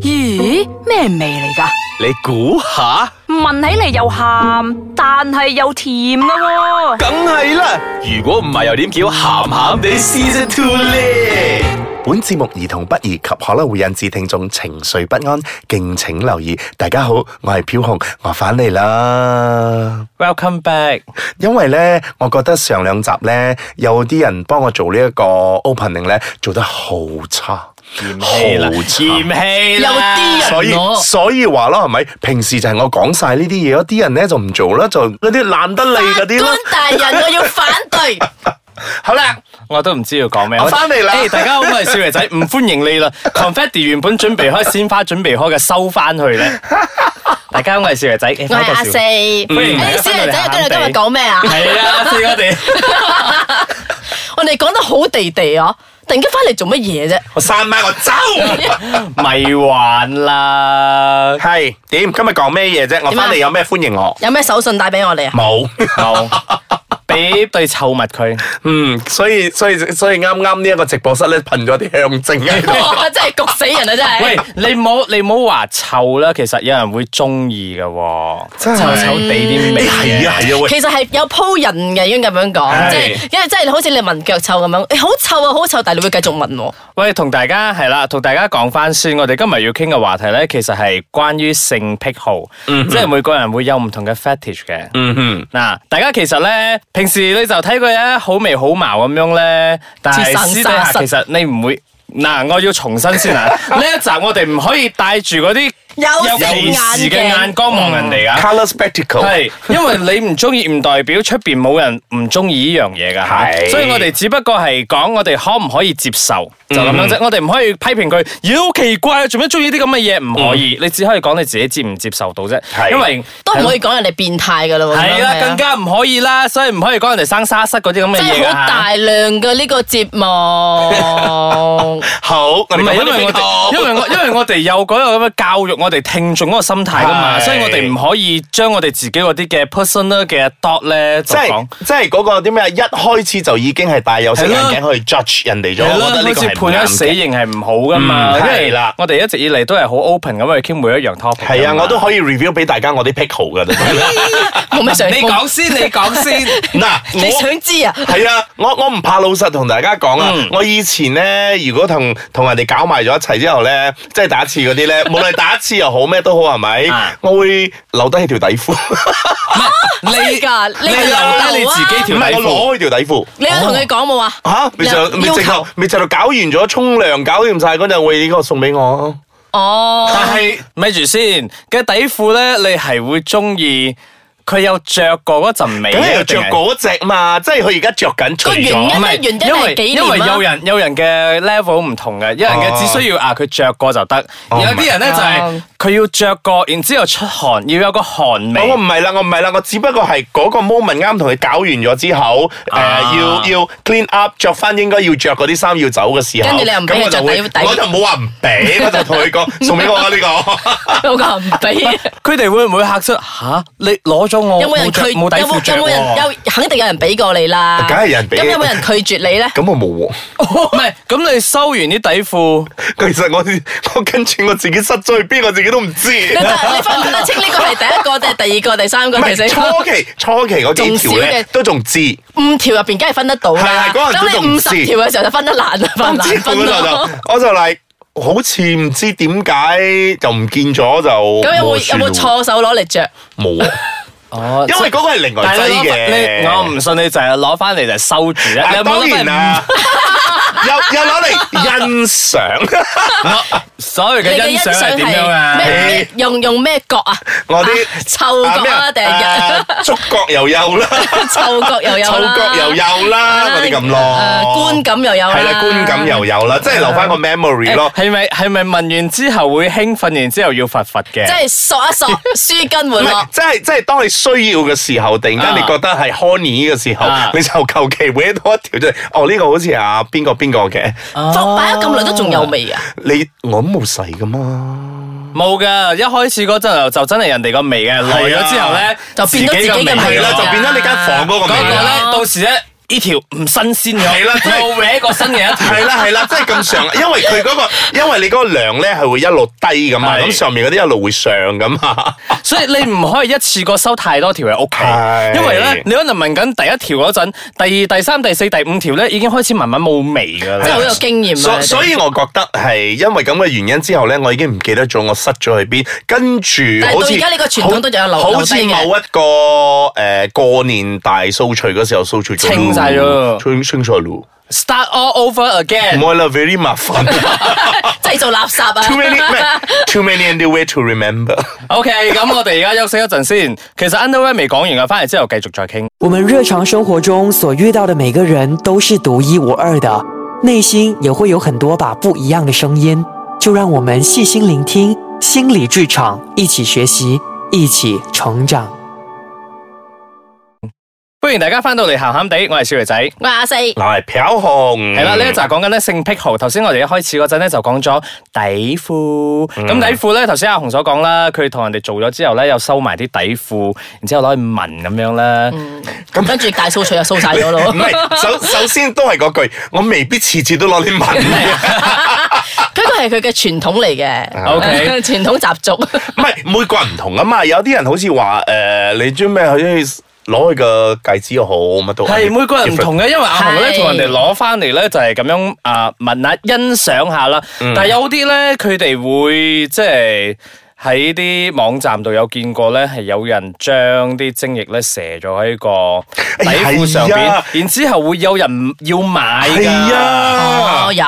咦，咩味嚟噶？你估下，聞起嚟又鹹，但係又甜噶喎、梗係啦！如果唔係又點叫鹹鹹地 Season Two 咧？本節目兒童不宜及可能會引致聽眾情緒不安，敬請留意。大家好，我係飄紅，我返嚟啦。 Welcome back，因為呢，我覺得上兩集呢，有啲人幫我做呢一個 opening 呢，做得好差，嫌棄啦好，嫌差。棄有啦，啲人所以我所以話咯，係咪？平時就係我講晒呢啲嘢，有啲人呢就唔做啦，就嗰啲懶得理嗰啲咯。大人，我要反對。好啦，我都唔知要講咩。我返嚟啦誒大家好，我係少爺仔，唔歡迎 你啦。Confetti 原本準備開鮮花，準備開嘅收翻 去咧。大家好，我係少爺仔，我係阿四，歡迎大誒家小翻到爺嚟仔，跟住今日鹹鹹地講咩啊？係啊，四我哋，我哋講得好地地啊！突然間翻嚟做乜嘢啫？我散埋我走。迷幻啦。係點？今日講咩嘢啫？我點啊返嚟有咩歡迎我？有咩手信帶俾我哋啊？冇。冇，俾對臭物 佢。嗯，所以所以所以啱啱呢一個直播室咧，噴咗啲向正喺 度。哇！真係焗死人啊！真係。喂，你唔好你唔好話臭啦，其實有人會中意嘅喎，真臭係臭地啲味。係啊係啊，喂，其實係有鋪人嘅，應該咁樣係講，即係因為即係好似你聞腳臭咁樣，誒好臭啊，好臭，但係你會繼續聞喎。喂，同大家係啦，同大家講翻先，我哋今日要傾嘅話題咧，其實係關於性癖好，即係每個人會有唔同嘅 fetish 嘅。嗯哼，嗱，大家其實咧，平時你就睇佢咧好眉好貌咁樣咧，但係黐生私底下沙其實你唔會。嗱，我要重新先啊！ 呢一集我哋唔可以帶住嗰啲有歧視嘅眼鏡眼光望人哋噶。 colour spectacle 系，因為你唔中意，唔代表出边冇人唔中意呢樣嘢噶係所以我哋只不過係講我哋可唔可以接受，嗯就咁樣啫。我哋唔可以批評佢，妖好奇怪，做咩中意啲咁嘅嘢？唔可以，你只可以講你自己接唔接受到啫。嗯係因為都唔可以講人哋變態㗎啦喎。啊係啦，更加唔可以啦，所以唔可以講人哋生沙塞嗰啲咁嘅真嘢係㗎好大量嘅呢個節目。好，我哋唔係因講為呢我個哋，因為我因為我哋有嗰個咁嘅教育，我哋聽眾嗰個心態噶嘛，係所以我哋唔可以將我哋自己嗰啲嘅 personal 嘅 thought 咧，即就講係。即係嗰個啲咩，一開始就已經係戴有色眼鏡去 judge 人哋咗，係我咯覺得，呢好個似係判咗死唔啱嘅。刑係唔好噶嘛，嗯因為係啦我哋一直以嚟都係好 open 咁去傾每一樣 topic 㗎嘛。係啊，我都可以 review 俾大家我啲 pick 號噶。冇咩想你講先， 你 講先。嗱，你我想知啊？係啊，我我唔怕老實同大家講啊，嗯我以前咧，如果同同人哋搞埋咗一齊之後咧，即係打一次嗰啲咧，無論打一次又好咩都好，係咪 啊？我會留低條底褲，你真係㗎你你留留低你留啊自己唔條底係褲。我攞開條底褲。你有同佢講冇啊？吓，咪就你咪有直要頭求咪直頭搞完咗沖涼，搞掂晒嗰陣，喂呢個送俾我，哦。但係咪住先嘅底褲咧，你係會中意佢有着過嗰陣味梗呢，係要着嗰只嘛，即係佢而家着緊除個原咗定係。因。咧原因因為係幾因為年有啊？人有人嘅 level 唔同嘅，有人哦嘅只需要啊佢着過就得，有啲人咧就係哦佢要着過，然之後出汗，要有個汗我味我。唔係啦，我唔係啦，我只不過係嗰個 moment 啱同佢搞完咗之後，誒啊要要 clean up，着翻應該要着嗰啲衫要走嘅時候，跟住你又唔俾咁佢我就着會底底我就冇話唔俾， 我就同佢講送俾我啊呢個。有個人唔 俾啊。佢哋會唔會嚇出吓？你攞咗我有冇人冇拒着冇底有褲冇着有冇人喎？有肯定有人俾過你啦？梗係有人俾咁有冇人拒絕你咧？咁我冇喎， 唔係，咁你收完啲底褲，其實我我跟住我自己失咗去邊，我自己都唔 知。你得你分唔分得清呢個係第 一個定係第二個、第三個？唔係其實初期初期嗰幾條仲少咧嘅都仲知。五條入邊梗係分得到係係啦。嗰陣佢咁仲你唔五知十條嘅時候就 分得難啦，我 分知難道分咯啦。就我就嚟，好似唔知點解就唔見咗就。咁有冇冇算有冇錯手攞嚟着？冇 啊，哦因為嗰個係另外但劑係你嘅。你我唔信你就係攞翻嚟就收啊住啊！你有冇當攞然翻啦， 又又攞嚟欣賞 所謂你嘅欣賞係點樣啊咩？咩用用咩角啊？我啲啊嗅啊覺咩啊，定係啊觸覺又有啦， 嗅覺又有 嗅啦，覺又有啦，嗰啲咁誒咯。觀感又有啦，係啦，觀感又有啦，即係留翻個 memory 咯誒。係咪係咪問完之後會興奮，然之後要罰罰嘅？即係索一 索舒唔筋活係絡，。即係即係，當你需要嘅時候，突然間啊你覺得係 honey 嘅時候啊，你就求其搲多一條出嚟。哦，呢個好似啊邊個邊個嘅，啊放擺咗咁耐都仲有味啊！你我都冇洗噶嘛。冇㗎，一開始嗰陣就真係人哋個味嘅，啊來咗之後咧就變咗自己嘅味自係㗎啦，啊就變咗你間房嗰個嗰味個咧啦。到時咧呢條唔新鮮咗，係啦即係又搲個新嘅一條。係啦係啦，即係咁上，因為佢嗰個，因為你嗰個量咧係會一路低咁嘛，係咁上面嗰啲一路會上噶嘛。所以你唔可以一次過收太多條喺屋係企，因為咧你可能問緊第一條嗰陣，第二、第三、第四、第五條咧已經開始慢慢冇味㗎真係啦好。有經驗啊！所你哋所以我覺得係因為咁嘅原因之後咧，我已經唔記得咗我塞咗去邊，跟住但係好到似而家呢個傳統都仲有留好好留低似嘅某一個誒、呃、過年大掃除嗰時候掃除咗清晒咗清清晒咯，唔 Start all over again。係啦，very 麻煩製造垃圾啊！ ，too many 咩 too many and the way to remember。 OK，咁我哋而家休息一陣先。其實 underwear 未講完啊，翻嚟之後繼續再傾。我们日常生活中所遇到的每个人都是独一无二的，内心也会有很多把不一样的声音。就让我们细心聆听心理剧场，一起学习，一起成长。歡迎大家翻到嚟鹹鹹地，我係小肥仔。我係阿四，嗱，係漂紅，嗯係啦，呢一集講緊咧性癖好。頭先我哋一開始嗰陣咧就講咗底褲，嗯咁底褲咧頭先阿紅所講啦，佢同人哋做咗之後咧，又收埋啲底褲，然之後攞去聞咁樣啦。跟住大掃除又掃晒咗咯 唔。係首首先都係嗰句，我未必次次都攞你問。佢個係佢嘅傳統嚟嘅 OK 傳統習俗。唔係每個人唔同啊嘛，有啲人好似話誒，你中咩去攞佢個戒指又好，乜都係每個人唔同嘅，因為阿紅咧係同人哋攞翻嚟咧就係咁樣啊聞下欣賞下啦。嗯但係有啲咧佢哋會即係喺啲網站度有見過咧，係有人將啲精液咧射咗喺個底褲上哎邊呀，然之後會有人要買㗎。係啊哦，，有。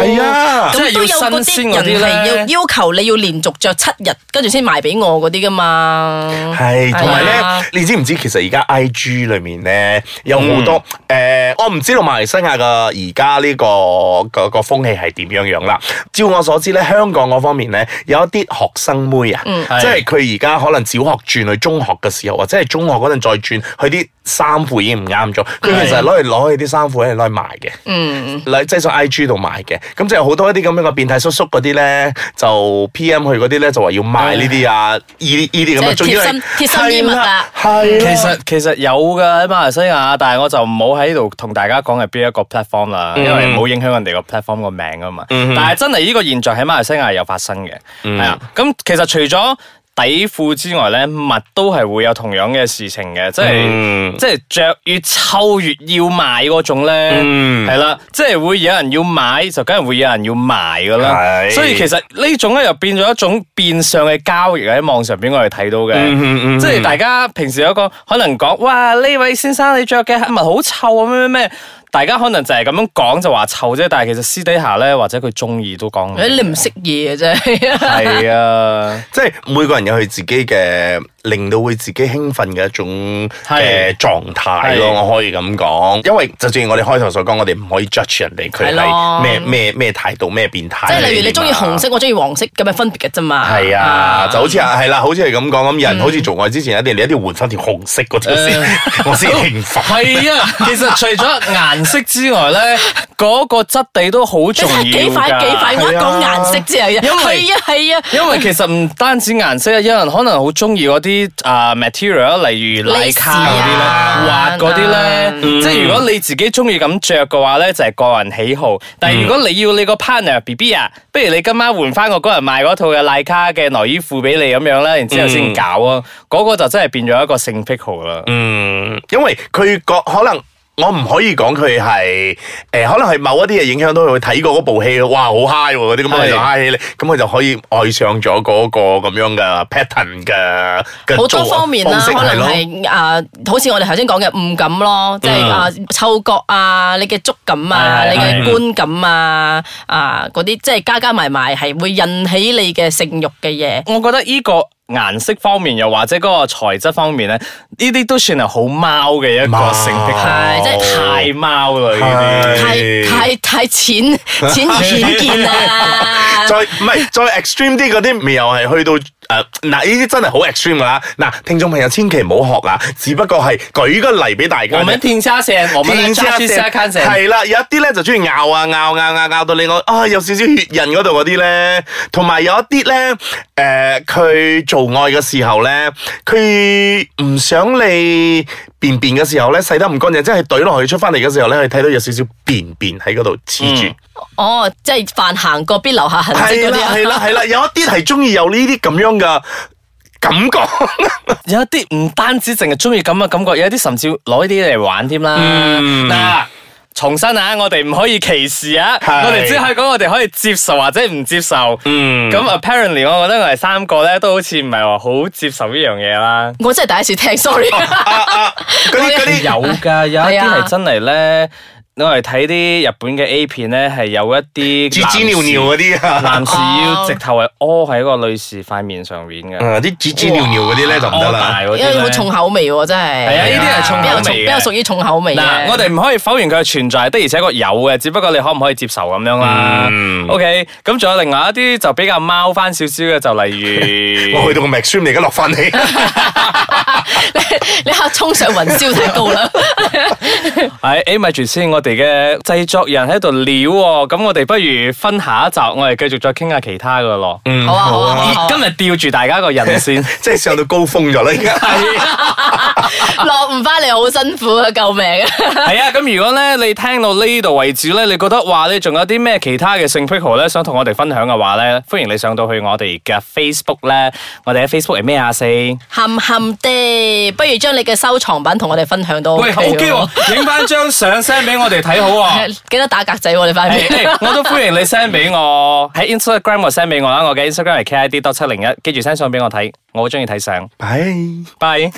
係啊咁即都有嗰係啲要新鮮嗰啲人係咧要要求你要連續着七日，跟住先賣俾我嗰啲噶嘛。係同埋係啊咧，你知唔知其實而家 I G 裏面咧有好多誒，我唔知道馬來西亞嘅而家呢個個個風氣係點樣樣啦。照我所知咧，香港嗰方面咧有一啲學生妹啊，即係佢而家可能小學轉去中學嘅時候，或者係中學嗰陣再轉去啲衫褲已經唔啱咗，佢其實係攞嚟攞去啲衫褲係攞嚟賣嘅。 嗯，嚟即係上 IG 度賣嘅，咁就有好多一啲咁樣嘅變態叔叔嗰啲咧，就 PM 佢嗰啲咧就話要賣呢啲啊，呢啲呢啲咁樣，即係貼身仲要係貼身衣物啊係其啦，實其實有㗎喺馬來西亞，但係我就唔好喺度同大家講係邊一個 platform 啦，嗯因為唔好影響人哋個 platform 個名啊嘛。但係真係呢個現象喺馬來西亞有發生嘅，嗯係啊。咁其實除咗底褲之外咧，襪都係會有同樣嘅事情嘅，即係嗯即係著越臭越要賣嗰種咧，嗯係啦，即係會有人要買，就梗係會有人要賣㗎啦。係所以其實呢種咧又變咗一種變相嘅交易喺網上邊我哋睇到嘅。嗯嗯即係大家平時有一個可能講，哇呢位先生你着嘅襪好臭啊咩咩咩，大家可能就係咁樣講就話臭啫，但係其實私底下咧或者佢中意都講。誒你唔識啊嘢嘅啫。係 啊，即係每個人有佢自己嘅令到會自己興奮嘅一種係嘅狀態咯，係我可以咁講，因為就正如我哋開頭所講，我哋唔可以 judge 人哋佢係咯係咩咩咩態度、咩變態即嚟㗎嘛，係例如你中意紅色，我中意黃色咁嘅分別嘅啫嘛。係啊，就好似係啦，好似係咁講咁，嗯人好似做愛之前一定你一定要換翻條紅色嗰條先， 我先興奮。係啊，其實除咗顏色之外咧，嗰、個質地都好你重要睇 幾塊㗎幾塊，我一講顏色之後，因為係啊係啊，因為其實唔單止顏色啊，有人可能好中意嗰啲啊 material，例如奶卡嗰啲咧， Lace 滑啊嗰啲咧，即係如果你自己中意咁着嘅話咧，就係、個人喜好。但係如果你要你個 partner B B 啊，不如你今晚換翻我嗰日賣嗰套嘅奶卡嘅內衣褲俾你咁樣啦，然之後先搞啊，嗰、個就真係變咗一個性癖好啦。嗯，因為佢個可能。我唔可以講佢係誒，可能係某一啲嘢影響到佢睇過嗰部戲，哇好 high 喎嗰啲，咁佢就係 high 起你，咁佢就可以愛上咗嗰個咁樣嘅 pattern 嘅嘅好做啊多方面啦，方式可係能咯係啊，好似我哋頭先講嘅誤感咯，即係啊嗅覺啊，你嘅觸感啊，嗯係係你嘅係觀感啊，啊嗰啲即係加加埋埋係會引起你嘅性欲嘅嘢。我覺得呢個顏色方面，又或者嗰個材質方面咧，呢啲都算係好貓嘅一個貓性癖好，係即係太貓啦呢啲。太係太太 淺淺而顯見啊啦。再唔係再 extreme 啲嗰啲，咪又係去到誒嗱呢啲真係好 extreme 㗎啦！嗱，聽眾朋友千祈唔好學啊，只不過係舉個例俾大家我啫。們停下先，我們來抓住下看先。係啦，有一啲咧就中意拗啊拗拗拗拗到你我啊有少少血印嗰度嗰啲咧，同埋有一啲呃咧誒佢做愛嘅時候咧，佢唔想你便便嘅時候咧洗得唔乾淨，即係懟落去出翻嚟嘅時候咧，係睇到有少少便便喺嗰度黐住。哦，即係飯行過必留下痕跡係嗰啲啦啊係啦係啦，有一啲係中意有呢啲咁樣嘅感覺。有一啲唔單止淨係中意咁嘅感覺，有一啲甚至攞呢啲嚟玩添啦。嗯嗱、重新啊，我哋唔可以歧視啊，係我哋只可以講我哋可以接受或者唔接受。咁、嗯 apparently，我覺得我哋三個咧都好似唔係話好接受呢樣嘢啦。我真係第一次聽 ，sorry。啊啊，嗰啲嗰啲有 㗎，有一係啲啊係真係咧，我哋睇啲日本嘅 A 片咧，係有一啲紙紙尿尿嗰啲啊。男士要直頭係屙喺個女士塊面上面嘅，啊啊！啲紙紙尿尿嗰啲咧就唔得屙啦大。嗰啲因呢為好重口味喎，真係。係啊呢啲係重口味嘅比較重比較屬於重口味嘅嗱，我哋唔可以否認佢嘅存在，的而且確有嘅，只不過你可唔可以接受咁樣啦？OK，咁仲有另外一啲就比較貓翻少少嘅，就 例如我去到個 m a x 而家落翻嚟， 你下衝上雲霄太高啦。係誒咪住哎先，我哋嘅製作人喺度撩喎，咁我哋不如分下一集，我哋繼續再傾下其他嘅咯。嗯，好啊好啊好啊好啊今日吊住大家個人先，即係上到高峰咗啦，而 家。啊 落唔翻嚟好辛苦啊！救命啊！係啊，咁如果咧你聽到呢度為止咧，你覺得話你仲有啲咩其他嘅性癖好咧，想同我哋分享嘅話咧，歡迎你上到去我哋嘅 Facebook 咧，我哋喺 Facebook 係咩啊四？冚冚地，不如將你嘅收藏品同我哋分享到。喂，OK 喎，影翻張相 send 俾我哋睇好喎。 記得打格仔喎，你快誒啲。誒我都歡迎你 send 俾我喺 Instagram 我 send 俾我啦，我嘅 Instagram 係 KID 多七零一，記住 send 相俾我睇，我好中意睇相。唉。拜。